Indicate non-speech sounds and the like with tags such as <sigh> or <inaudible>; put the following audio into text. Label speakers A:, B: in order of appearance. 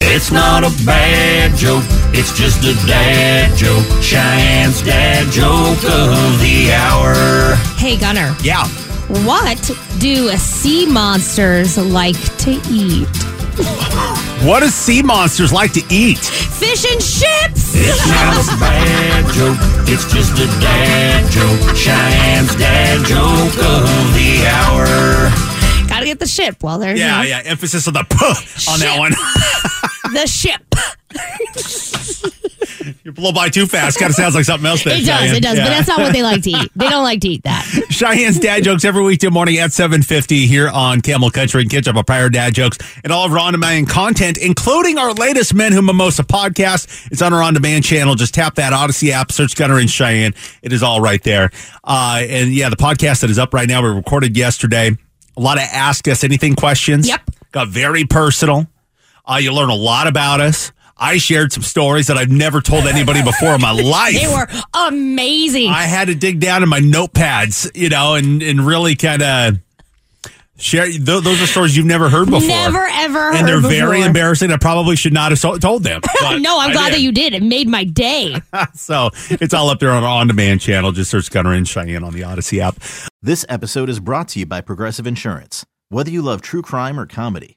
A: It's not a bad joke, it's just a dad joke. Cheyenne's dad joke of the hour.
B: Hey, Gunner,
C: Yeah.
B: what do sea monsters like to eat?
C: What do sea monsters like to eat?
B: Fish and chips!
A: It's not a bad joke, it's just a dad joke. Cheyenne's dad joke of the hour.
B: Gotta get the ship while there's
C: Yeah, yeah. Emphasis on the <laughs> puh on that
B: Shit.
C: one. <laughs>
B: the ship.
C: You blow by too fast. Kind of sounds like something else. There,
B: It does,
C: Cheyenne.
B: it does,
C: Yeah.
B: but that's not what they like to eat. They don't like to eat
C: <laughs>
B: that.
C: Cheyenne's dad jokes every weekday morning at 7:50 here on Camel Country and Catch Up on Prior Dad Jokes and all of our on-demand content, including our latest Men Who Mimosa podcast. It's on our on-demand channel. Just tap that Odyssey app, search Gunner and Cheyenne. It is all right there. Uh, and yeah, the podcast that is up right now, we recorded yesterday. A lot of ask us anything questions.
B: Yep.
C: Got very personal. Uh, you learn a lot about us. I shared some stories that I've never told anybody before in my life.
B: <laughs> They were amazing.
C: I had to dig down in my notepads, you know, and and really kind of share. Th- those are stories you've never heard before.
B: Never ever
C: And
B: heard
C: they're very
B: before.
C: embarrassing. I probably should not have so-
B: <laughs>
C: told them. but
B: No, I'm
C: I
B: glad
C: did.
B: that you did. It made my day.
C: So it's all up there on our on-demand channel. Just search Gunner and Cheyenne on the Odyssey app.
D: This episode is brought to you by Progressive Insurance. Whether you love true crime or comedy,